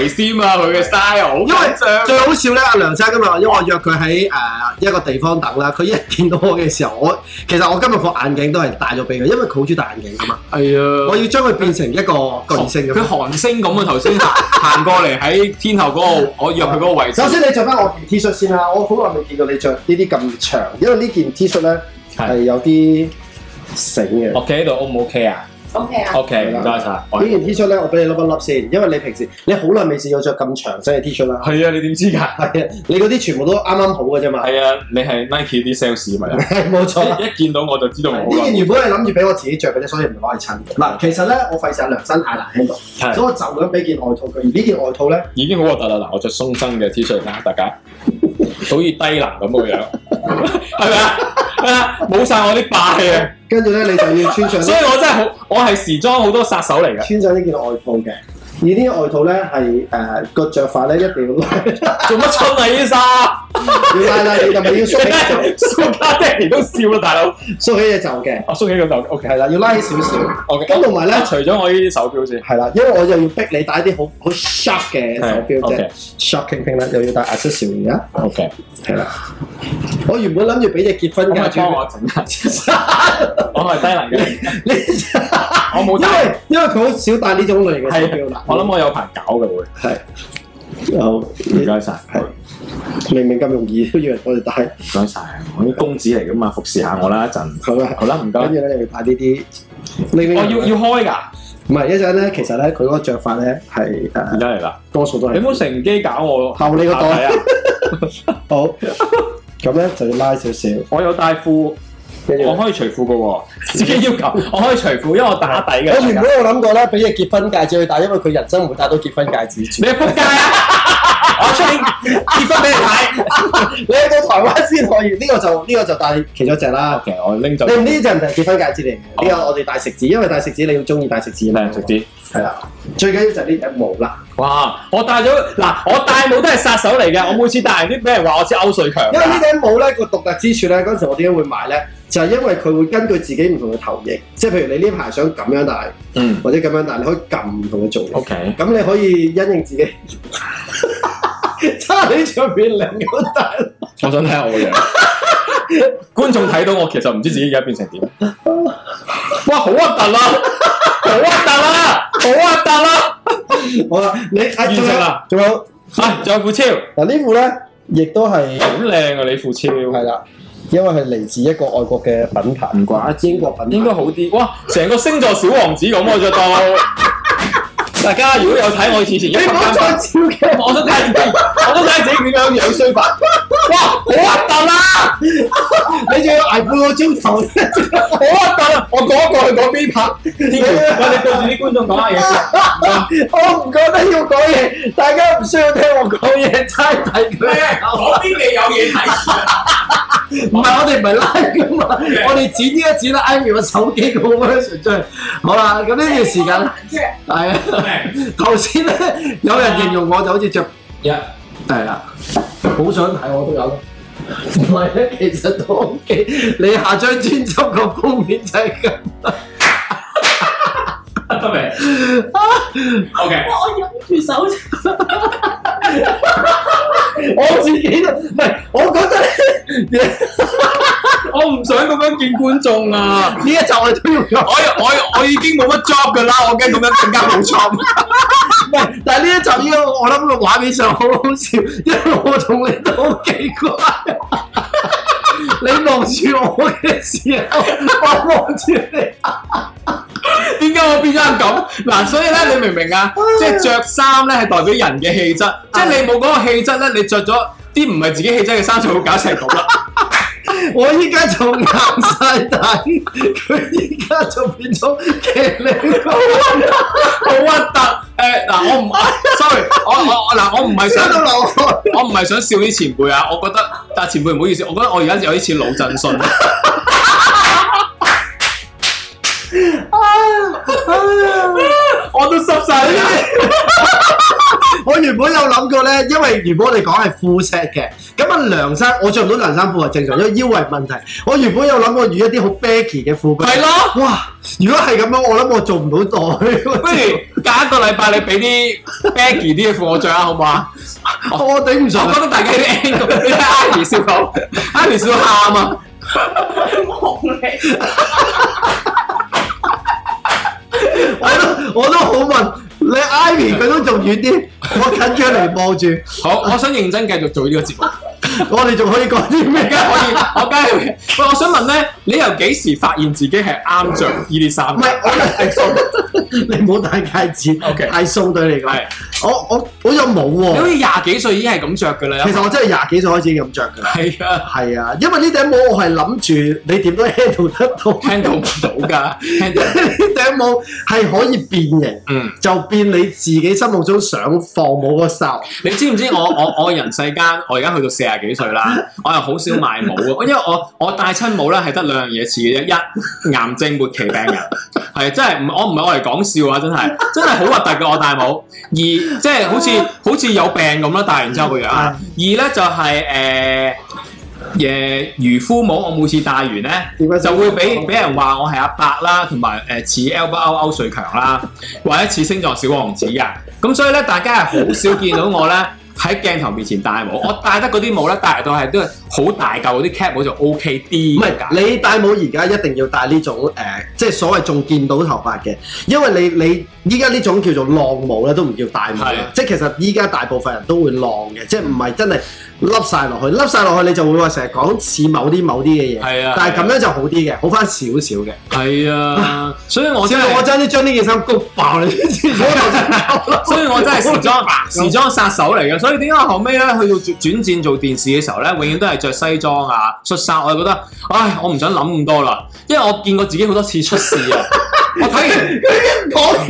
[SPEAKER 2] 先啊，佢嘅 style 好
[SPEAKER 3] 因為
[SPEAKER 2] 緊張
[SPEAKER 3] 最好笑咧，阿梁生今日因為我約佢喺誒啊一個地方等啦，佢一見到我嘅時候，我其實我今日副眼鏡都係戴咗俾佢，因為佢好中意戴眼鏡啊嘛。
[SPEAKER 2] 係啊，
[SPEAKER 3] 我要將佢變成一個巨星咁
[SPEAKER 2] 佢
[SPEAKER 3] 樣。
[SPEAKER 2] 韓星咁啊，頭先行行過嚟喺天后嗰個，我約佢嗰個位置
[SPEAKER 3] 首。先你着翻我件 T 恤先啦，我好耐未見過你着呢啲咁長，因為呢件 T 恤咧
[SPEAKER 2] 係
[SPEAKER 3] 係有啲繩嘅。
[SPEAKER 2] 我企喺度 O 唔 OK 啊
[SPEAKER 5] O K 啊，
[SPEAKER 2] ？OK，唔該晒。我
[SPEAKER 3] 呢件 T 恤咧，我俾你笠一笠先，因為你平時你好耐未試過着咁長身嘅 T 恤啦。
[SPEAKER 2] 係啊，你點知㗎？
[SPEAKER 3] 係啊，你嗰啲全部都啱啱好嘅啫嘛。
[SPEAKER 2] 係啊，你係 Nike 啲 sales 咪啊？
[SPEAKER 3] 係 冇錯啦。
[SPEAKER 2] 一見到我就知道
[SPEAKER 3] 呢
[SPEAKER 2] 我
[SPEAKER 3] 件
[SPEAKER 2] 㗎。
[SPEAKER 3] 原本係諗住俾我自己着嘅啫，所以唔攞嚟襯。嗱，其實咧我費事阿梁生太難 handle，
[SPEAKER 2] 係
[SPEAKER 3] 所以我就咁俾件外套佢。而呢件外套咧，
[SPEAKER 2] 已經好核突啦！嗱，我着鬆身嘅 T 恤啦，大家好似低能咁嘅樣，係咪啊？啊冇晒我啲霸氣啊！
[SPEAKER 3] 跟住咧你就要穿 上呢
[SPEAKER 2] 所以我真係好，我係時裝好多殺手嚟嘅。
[SPEAKER 3] 穿上呢件外套嘅。而呢啲外套咧係誒個着法咧一定要拉，
[SPEAKER 2] 做乜春啊，醫生？
[SPEAKER 3] 要拉拉你同埋要縮起 袖，
[SPEAKER 2] 蘇家爹哋都笑啦，大佬。哦
[SPEAKER 3] 縮起隻袖嘅，
[SPEAKER 2] 我縮起個頭，OK
[SPEAKER 3] 係啦，要拉起少少。
[SPEAKER 2] OK。
[SPEAKER 3] 咁同埋咧
[SPEAKER 2] 除咗我呢啲手錶先。
[SPEAKER 3] 係啦，因為我又要逼你戴啲好好 sharp 嘅手錶
[SPEAKER 2] 係
[SPEAKER 3] 啫
[SPEAKER 2] ，OK
[SPEAKER 3] ，shocking 拼啦，又要戴 accessory 啦，
[SPEAKER 2] OK。
[SPEAKER 3] 係啦。我原本諗住俾隻結婚
[SPEAKER 2] 咁
[SPEAKER 3] 戒
[SPEAKER 2] 咪
[SPEAKER 3] 指
[SPEAKER 2] 幫
[SPEAKER 3] 你，
[SPEAKER 2] 我整下先， 我係低能嘅，
[SPEAKER 3] 你
[SPEAKER 2] 我冇
[SPEAKER 3] 因
[SPEAKER 2] 戴。
[SPEAKER 3] 為因為佢好少戴呢種類嘅手錶
[SPEAKER 2] 係
[SPEAKER 3] 啦
[SPEAKER 2] 啊，。我諗我有排搞嘅會。
[SPEAKER 3] 係，又
[SPEAKER 2] 唔該晒，
[SPEAKER 3] 係明明咁容易都要人我哋戴，
[SPEAKER 2] 唔該晒，我啲公子嚟噶嘛，服侍下我啦一陣。
[SPEAKER 3] 啊係咪？
[SPEAKER 2] 好啦，唔該。
[SPEAKER 3] 跟
[SPEAKER 2] 我
[SPEAKER 3] 住咧又要戴呢啲，明明啊
[SPEAKER 2] 要要開㗎，
[SPEAKER 3] 唔係一陣咧，其實咧佢嗰個著法咧係
[SPEAKER 2] 而
[SPEAKER 3] 誒
[SPEAKER 2] 家嚟啦。
[SPEAKER 3] 多數都
[SPEAKER 2] 你
[SPEAKER 3] 係
[SPEAKER 2] 唔好乘機搞我。
[SPEAKER 3] 後你個
[SPEAKER 2] 下體
[SPEAKER 3] 袋
[SPEAKER 2] 啊！
[SPEAKER 3] 好，咁咧就要拉少少，
[SPEAKER 2] 我有帶褲，
[SPEAKER 3] 跟住
[SPEAKER 2] 我可以除褲嘅喎，自己要求我可以除褲，因為我打底嘅。
[SPEAKER 3] 我原本有諗過咧，俾隻結婚戒指去戴，因為佢人生唔會戴到結婚戒指。
[SPEAKER 2] 你仆街啊！ 我出結婚俾你睇。
[SPEAKER 3] 你去到台灣先可以，呢、個就呢、個就戴其中一隻啦。
[SPEAKER 2] OK，我拎
[SPEAKER 3] 你
[SPEAKER 2] 咗。
[SPEAKER 3] 唔呢隻唔係結婚戒指嚟嘅，呢、個我哋戴食指，因為戴食指你要中意戴食指啊嘛。
[SPEAKER 2] 靚直啲。
[SPEAKER 3] 係啦，最緊要就係呢隻毛啦，
[SPEAKER 2] 哇！我戴咗嗱，我戴帽都係殺手嚟嘅。我每次戴完啲俾人話我似歐瑞強啊
[SPEAKER 3] 因為呢
[SPEAKER 2] 㗎。
[SPEAKER 3] 頂帽咧個獨特之處咧，嗰陣時我點解會買咧？就係、因為佢會根據自己唔同嘅頭型，即係譬如你呢排想咁樣戴，
[SPEAKER 2] 嗯
[SPEAKER 3] 或者咁樣戴，你可以撳唔同嘅造型。
[SPEAKER 2] ，OK。
[SPEAKER 3] 咁你可以因應自己， 差你上面兩個大佬
[SPEAKER 2] 我想睇下我嘅 樣。觀眾睇到我，其實唔知自己而家變成點。 哇！好核 突啦！啊好核突啊啦！好核突啊啦！
[SPEAKER 3] 好啦，你啊
[SPEAKER 2] 完
[SPEAKER 3] 仲
[SPEAKER 2] 成
[SPEAKER 3] 有
[SPEAKER 2] 啦
[SPEAKER 3] 仲有
[SPEAKER 2] 啊，仲有副超，好
[SPEAKER 3] 嗱呢副咧，亦都係
[SPEAKER 2] 靚啊！你副超
[SPEAKER 3] 係啦，因為係嚟自一個外國嘅品牌，
[SPEAKER 2] 唔怪
[SPEAKER 3] 英國品牌，
[SPEAKER 2] 應該好啲。哇！成個星座小王子咁，我着 到。大家如果有睇我以前一
[SPEAKER 3] 你唔好再照鏡，
[SPEAKER 2] 我都睇下自己，我都睇下自己點樣樣衰法。哇！好核突啦！
[SPEAKER 3] 啊你仲要捱半個鐘 頭，
[SPEAKER 2] 好核突啊！我講一個去講邊 拍。天橋，喂，你對住啲觀眾講下嘢先。
[SPEAKER 3] 我唔覺得要講嘢，大家唔需要聽我講嘢，猜睇佢。
[SPEAKER 2] 我邊未有嘢睇，
[SPEAKER 3] 唔係我哋唔係 live 噶嘛，我哋剪呢一剪啦，Ivy 個手機個 version 出嚟。好啦，咁呢段時間咧，係啊，頭先咧有人形容我就好似着係啦，好想睇我都有。唔係咧，其實都 OK。你下張專輯個封面就係咁。
[SPEAKER 2] 得未？OK，
[SPEAKER 5] 哇！我忍住手，
[SPEAKER 3] 我自己都唔係，我覺得咧
[SPEAKER 2] 我唔想咁樣見觀眾啊！
[SPEAKER 3] 呢一集我哋都要
[SPEAKER 2] 我
[SPEAKER 3] 講。
[SPEAKER 2] 我我已經冇乜 job 噶啦，我驚咁樣更加冇 job。
[SPEAKER 3] 唔係，但係呢一集呢個我諗個畫面上好好笑，因為我同你都好奇怪。 你望住我嘅時候，我望住你。
[SPEAKER 2] 點解我變咗咁？嗱，所以咧，你明唔明啊？即係着衫咧係代表人嘅氣質，即係你冇嗰個氣質咧，你着咗啲唔係自己氣質嘅衫就會搞成咁啦。
[SPEAKER 3] 我依家就硬晒底，佢依家就變咗騎呢高。
[SPEAKER 2] 好核突！誒嗱，我唔 sorry，我我我嗱，我唔係
[SPEAKER 3] 傷到
[SPEAKER 2] 想，
[SPEAKER 3] 流汗。
[SPEAKER 2] 我唔係想笑啲前輩啊，我覺得，但前輩唔好意思，我覺得我而家有啲似魯振啊順。 我都濕晒啦！
[SPEAKER 3] 我原本有諗過咧，因為原本我哋講係 full set 嘅，咁啊涼衫我着唔到涼衫褲係啊正常，因為腰圍問題。我原本有諗過預一啲好 baggy 嘅褲俾你
[SPEAKER 2] 係咯，
[SPEAKER 3] 哇！如果係咁樣，我諗我做唔到袋。
[SPEAKER 2] 不如隔一個禮拜你俾啲 baggy 啲嘅褲我着下好唔好 啊？
[SPEAKER 3] 我頂唔
[SPEAKER 2] 我
[SPEAKER 3] 順啊
[SPEAKER 2] 覺。得大家啲 angle，你睇 Ivy 笑到，Ivy 笑到喊啊！
[SPEAKER 5] 望你。
[SPEAKER 3] 我都我都好問你 Ivy 佢都仲遠啲，我近距離望住，
[SPEAKER 2] 好，我想認真繼續做呢個節目。
[SPEAKER 3] 我哋仲可以講啲
[SPEAKER 2] 咩
[SPEAKER 3] 咩
[SPEAKER 2] 梗？係可以，我梗係喂，我想問咧，你由幾時發現自己係啱着呢啲衫？
[SPEAKER 3] 唔係我， 你唔好戴戒指
[SPEAKER 2] OK
[SPEAKER 3] 太鬆對你講
[SPEAKER 2] 係。
[SPEAKER 3] 我我我又冇
[SPEAKER 2] 你好
[SPEAKER 3] 喎，
[SPEAKER 2] 似廿幾歲已經係咁着㗎啦。
[SPEAKER 3] 其實我真係廿幾歲開始咁着㗎啦。
[SPEAKER 2] 係啊，
[SPEAKER 3] 係啊，因為呢頂帽我係諗住你點都 handle 得到， 呢
[SPEAKER 2] 聽到唔到㗎，聽 到。
[SPEAKER 3] 頂帽係可以變形，
[SPEAKER 2] 嗯，
[SPEAKER 3] 就變你自己心目中想放帽嗰個 style。
[SPEAKER 2] 你知唔知我我我人世間，我而家去到四廿幾歲啦，我又好少買帽嘅，因為我我戴親帽咧係得兩樣嘢似嘅啫，一癌症末期病人 係真係唔我唔係我嚟講笑啊，真係真係好核突嘅我戴帽，二即係好似好似有病咁啦，戴完之後個樣，啊二
[SPEAKER 3] 嗯
[SPEAKER 2] 咧就係誒誒漁夫帽，我每次戴完咧。
[SPEAKER 3] 點解
[SPEAKER 2] 就會俾俾人話我係阿伯啦，同埋誒似 L 不歐歐瑞強啦，或者似星座小王子㗎。咁所以咧，大家係好少見到我咧喺鏡頭面前戴 帽。我戴得嗰啲帽咧，戴到係都係好大嚿嗰啲 cap 帽就 OK 啲。
[SPEAKER 3] 唔係，你戴帽而家一定要戴呢種誒、呃即係所謂仲見到頭髮嘅，因為你你依家呢種叫做浪帽咧，都唔叫戴帽啦
[SPEAKER 2] 係
[SPEAKER 3] 即係其實依家大部分人都會浪嘅，即係唔係真係笠晒落去，笠晒落去你就會話成日講似某啲某啲嘅嘢，
[SPEAKER 2] 係啊，
[SPEAKER 3] 但係咁樣就好啲嘅，好翻少少嘅。
[SPEAKER 2] 係啊，所以我真
[SPEAKER 3] 笑到我
[SPEAKER 2] 係，
[SPEAKER 3] 爭啲將呢件衫谷爆你知唔知，我頭先爆啦
[SPEAKER 2] 所以 我真係時裝時裝殺手嚟嘅。所以點解我後尾咧去到轉轉戰做電視嘅時候咧，永遠都係着西裝啊、恤衫，我就覺得，唉，我唔想諗咁多啦，因為我見過自己好多次出事啊。我 睇完。
[SPEAKER 3] 我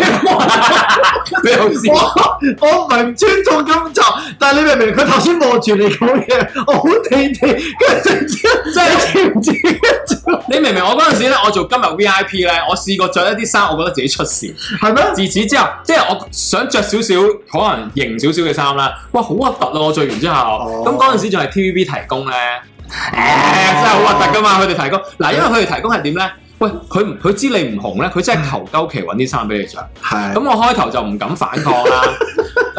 [SPEAKER 2] 你好笑，
[SPEAKER 3] 我我唔係唔尊重今集，但係你明唔明？佢頭先望住你講嘢，我好地地，跟住突然之間
[SPEAKER 2] 真係
[SPEAKER 3] 你知唔知？
[SPEAKER 2] 你明唔明？我嗰陣時咧，我做今日 V I P 咧，我試過着一啲衫，我覺得自己出事。
[SPEAKER 3] 係咩？
[SPEAKER 2] 自此之後，即係我想着少少可能型少少嘅衫啦，哇，好核突啊！我着完之後，
[SPEAKER 3] 哦
[SPEAKER 2] 咁嗰陣時仲係 T V B 提供咧，誒、真係好核突噶
[SPEAKER 3] 哦
[SPEAKER 2] 嘛！佢哋提供嗱，因為佢哋提供係點咧？喂，佢唔佢知你唔紅咧，佢真係求鳩其揾啲衫俾你着。
[SPEAKER 3] 係
[SPEAKER 2] 咁我開頭就唔敢反抗 啦，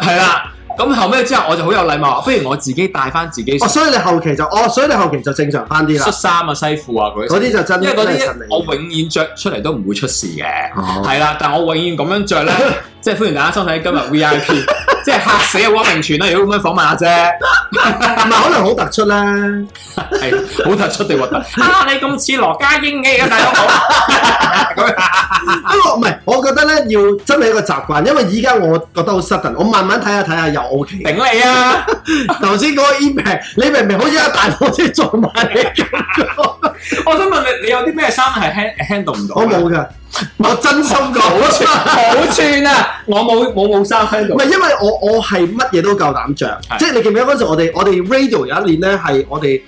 [SPEAKER 2] 係啦。咁後尾之後我就好有禮貌，不如我自己帶翻自己
[SPEAKER 3] 哦，所以你後期就哦，所以你後期就正常翻啲
[SPEAKER 2] 恤
[SPEAKER 3] 啦，
[SPEAKER 2] 衫啊、西褲啊嗰啲
[SPEAKER 3] 嗰。啲就真
[SPEAKER 2] 因為嗰
[SPEAKER 3] 真係襯
[SPEAKER 2] 啲
[SPEAKER 3] 你
[SPEAKER 2] 我永遠着出嚟都唔會出事嘅，
[SPEAKER 3] 哦
[SPEAKER 2] 係啦。但我永遠咁樣 着咧，即係歡迎大家收睇今日 V I P，即 係嚇死阿汪明荃啦！如果咁樣訪問阿姐，
[SPEAKER 3] 唔係可能好突出啦。
[SPEAKER 2] 係好突出地核突。 啊，你咁似羅家英嘅大佬咁樣
[SPEAKER 3] 不過唔係，我覺得咧要真係一個習慣，因為依家我覺得好 sudden，我慢慢睇下睇下又 OK。
[SPEAKER 2] 頂你啊！
[SPEAKER 3] 頭先嗰個 impact，你 明明好似阿大火車撞埋你咁樣，
[SPEAKER 2] 我想問你，你有啲咩衫係 hand- handle 唔到？
[SPEAKER 3] 我冇㗎，我真 心
[SPEAKER 2] 好
[SPEAKER 3] 講。
[SPEAKER 2] 串，好串啊！我冇冇冇衫
[SPEAKER 3] 唔
[SPEAKER 2] handle。
[SPEAKER 3] 係因為我我係乜嘢都夠膽着，
[SPEAKER 2] 係
[SPEAKER 3] 即係你記唔記得嗰陣時我哋我哋 radio 有一年咧係我哋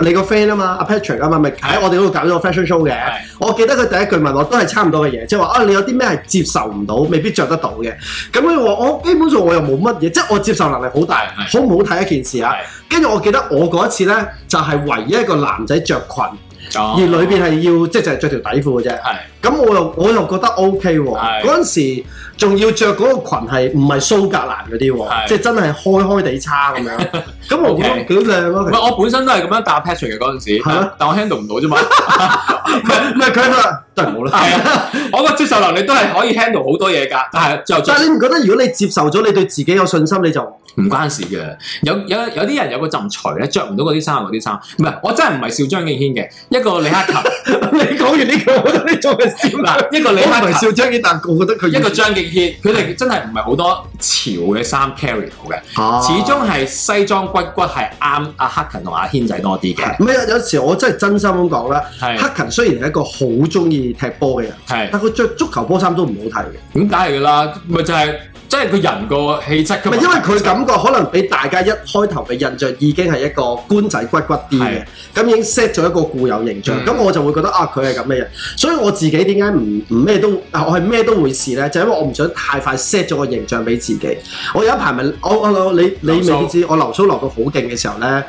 [SPEAKER 3] 你個 friend 啊嘛，阿 Patrick 啊嘛，咪喺我哋嗰度搞咗個 fashion show 嘅
[SPEAKER 2] 係。
[SPEAKER 3] 我記得佢第一句問我都係差唔多嘅嘢，即係話啊你有啲咩係接受唔到，未必着得到嘅。咁佢話我基本上我又冇乜嘢，即係我接受能力好大，
[SPEAKER 2] 係
[SPEAKER 3] 好唔好睇一件事啊。跟住我記得我嗰一次咧就係、唯一一個男仔着裙，
[SPEAKER 2] 而
[SPEAKER 3] 而裏邊係要即係就係着條底褲嘅啫。
[SPEAKER 2] 係
[SPEAKER 3] 咁我又我又覺得 O K
[SPEAKER 2] 係
[SPEAKER 3] 喎，嗰陣時仲要着嗰個裙係唔係蘇格蘭嗰啲
[SPEAKER 2] 係
[SPEAKER 3] 喎，即係真係開開地叉咁樣， 咁我
[SPEAKER 2] OK
[SPEAKER 3] 覺得幾靚
[SPEAKER 2] 唔
[SPEAKER 3] 咯。
[SPEAKER 2] 係我本身都係咁樣搭 Patrick 嘅嗰陣時，
[SPEAKER 3] 係啊
[SPEAKER 2] 但但我 handle 唔到啫嘛。
[SPEAKER 3] 唔係唔係 佢話都係冇啦。
[SPEAKER 2] 係啊， 我個接受能力都係可以 handle 好多嘢㗎，但係最後
[SPEAKER 3] 但係你唔覺得如果你接受咗，你對自己有信心，你就
[SPEAKER 2] 唔關事嘅。有有有啲人有個陣除咧，着唔到嗰啲衫嗰啲衫，唔係我真係唔係笑張敬軒嘅，一個李克勤，
[SPEAKER 3] 你講完呢句， 我覺得你做嘅笑啦。
[SPEAKER 2] 嗱一個
[SPEAKER 3] 我
[SPEAKER 2] 李
[SPEAKER 3] 唔
[SPEAKER 2] 克
[SPEAKER 3] 係
[SPEAKER 2] 勤，
[SPEAKER 3] 笑張敬，但我覺得佢
[SPEAKER 2] 一個張敬軒，佢哋真係唔係好多潮嘅衫 carry 到嘅，
[SPEAKER 3] 啊
[SPEAKER 2] 始終係西裝骨骨係啱阿克勤同阿軒仔多啲嘅，
[SPEAKER 3] 唔係有有時我真係真心咁講啦。
[SPEAKER 2] 係
[SPEAKER 3] 黑勤雖然係一個好中意踢波嘅人，
[SPEAKER 2] 係
[SPEAKER 3] 但佢着足球波衫都唔好睇
[SPEAKER 2] 點
[SPEAKER 3] 嘅。
[SPEAKER 2] 解嚟㗎啦？咪就係即係個人個氣質㗎
[SPEAKER 3] 唔
[SPEAKER 2] 嘛
[SPEAKER 3] 係因為佢感覺可能俾大家一開頭嘅印象已經係一個官仔骨骨啲
[SPEAKER 2] 係
[SPEAKER 3] 嘅，咁已經 set 咗一個固有形象，
[SPEAKER 2] 嗯
[SPEAKER 3] 咁、我就會覺得啊佢係咁嘅人，所以我自己點解唔唔咩都啊我係咩都會試咧，就因為我唔想太快 set 咗個形象俾自己。我有一排咪我我我你你
[SPEAKER 2] 留鬚
[SPEAKER 3] 未必知，我留鬚留到好勁嘅時候咧，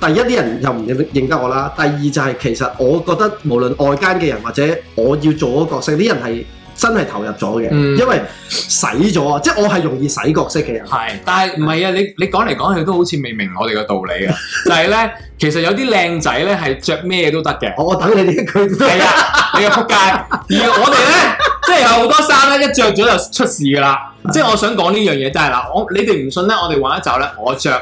[SPEAKER 3] 第一啲人又唔認認得我啦，第二就係其實我覺得無論外間嘅人或者我要做嗰個角色，啲人係。真係投入咗嘅，
[SPEAKER 2] 嗯
[SPEAKER 3] 因為洗咗啊！即係我係容易洗角色嘅人，
[SPEAKER 2] 係，但係唔係啊？你你講嚟講去都好似未明我哋嘅道理 啊！就係咧，其實有啲靚仔咧係着咩都得 嘅，
[SPEAKER 3] 我我等你呢 一句都
[SPEAKER 2] 係啊，你個撲街。而我哋 咧，即係有好多衫咧，一着咗就出事㗎啦。即係我想講呢樣嘢，就係嗱，我你哋唔信咧，我哋玩一集咧，我着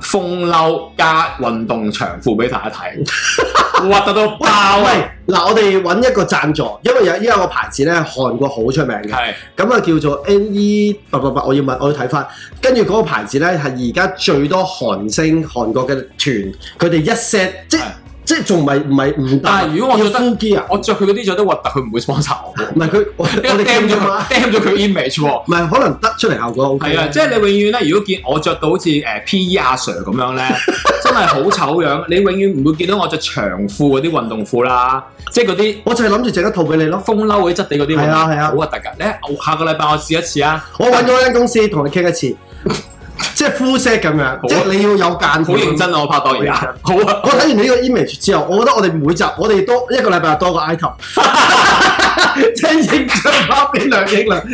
[SPEAKER 2] 風褸加運動長褲俾大家睇， 核突到爆
[SPEAKER 3] 喂
[SPEAKER 2] 啊！
[SPEAKER 3] 嗱，我哋揾一個贊助，因為有依家有個牌子咧，韓國好出名嘅，
[SPEAKER 2] 係
[SPEAKER 3] 咁啊叫做 NE 八八八，我要問，我要睇翻，跟住嗰個牌子咧係而家最多韓星韓國嘅團，佢哋一 set 即
[SPEAKER 2] 係
[SPEAKER 3] 即係仲唔係唔係唔
[SPEAKER 2] 但係如果我覺得
[SPEAKER 3] full gear，
[SPEAKER 2] 我着佢嗰啲着得核突，佢唔會 sponsor 我喎。
[SPEAKER 3] 啊唔係 佢 我
[SPEAKER 2] 因為
[SPEAKER 3] 我哋
[SPEAKER 2] 掟
[SPEAKER 3] 見
[SPEAKER 2] 咗
[SPEAKER 3] 咗嘛
[SPEAKER 2] 佢，，掟咗佢 image 喎。
[SPEAKER 3] 唔係可能得出嚟效果 O K。
[SPEAKER 2] 係啊，即係你永遠咧，如果見我着到好似誒 P.E. 阿 Sir 咁 樣咧，真係好醜樣。你永遠唔會見到我着長褲嗰啲運動褲啦，即係嗰啲
[SPEAKER 3] 我就係諗住整一套俾你咯。
[SPEAKER 2] 風褸嗰啲質地嗰啲運動褲。
[SPEAKER 3] 係啊係啊
[SPEAKER 2] 好核突㗎。咧，我下個禮拜我試一次啊，
[SPEAKER 3] 我揾咗間公司同你 傾一次，即係 full set 咁樣，即係你要有間。
[SPEAKER 2] 好認。真啊！我拍檔而家好啊。
[SPEAKER 3] 我睇完你呢個 image 之後，我覺得我哋每集我哋多一個禮拜多個 item，即係影像包俾梁影亮。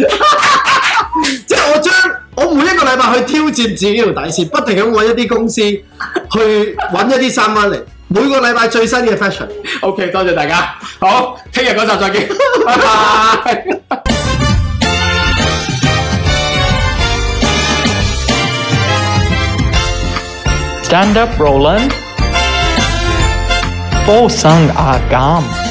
[SPEAKER 3] 即係我將我每一個禮拜去挑戰自己條底線，不停咁揾一啲公司去揾一啲衫翻嚟，每個禮拜最新嘅 fashion。
[SPEAKER 2] OK，多謝大家。好，聽日嗰集再 見，拜拜。
[SPEAKER 1] Ah Stand up, Roland. Fosang agam.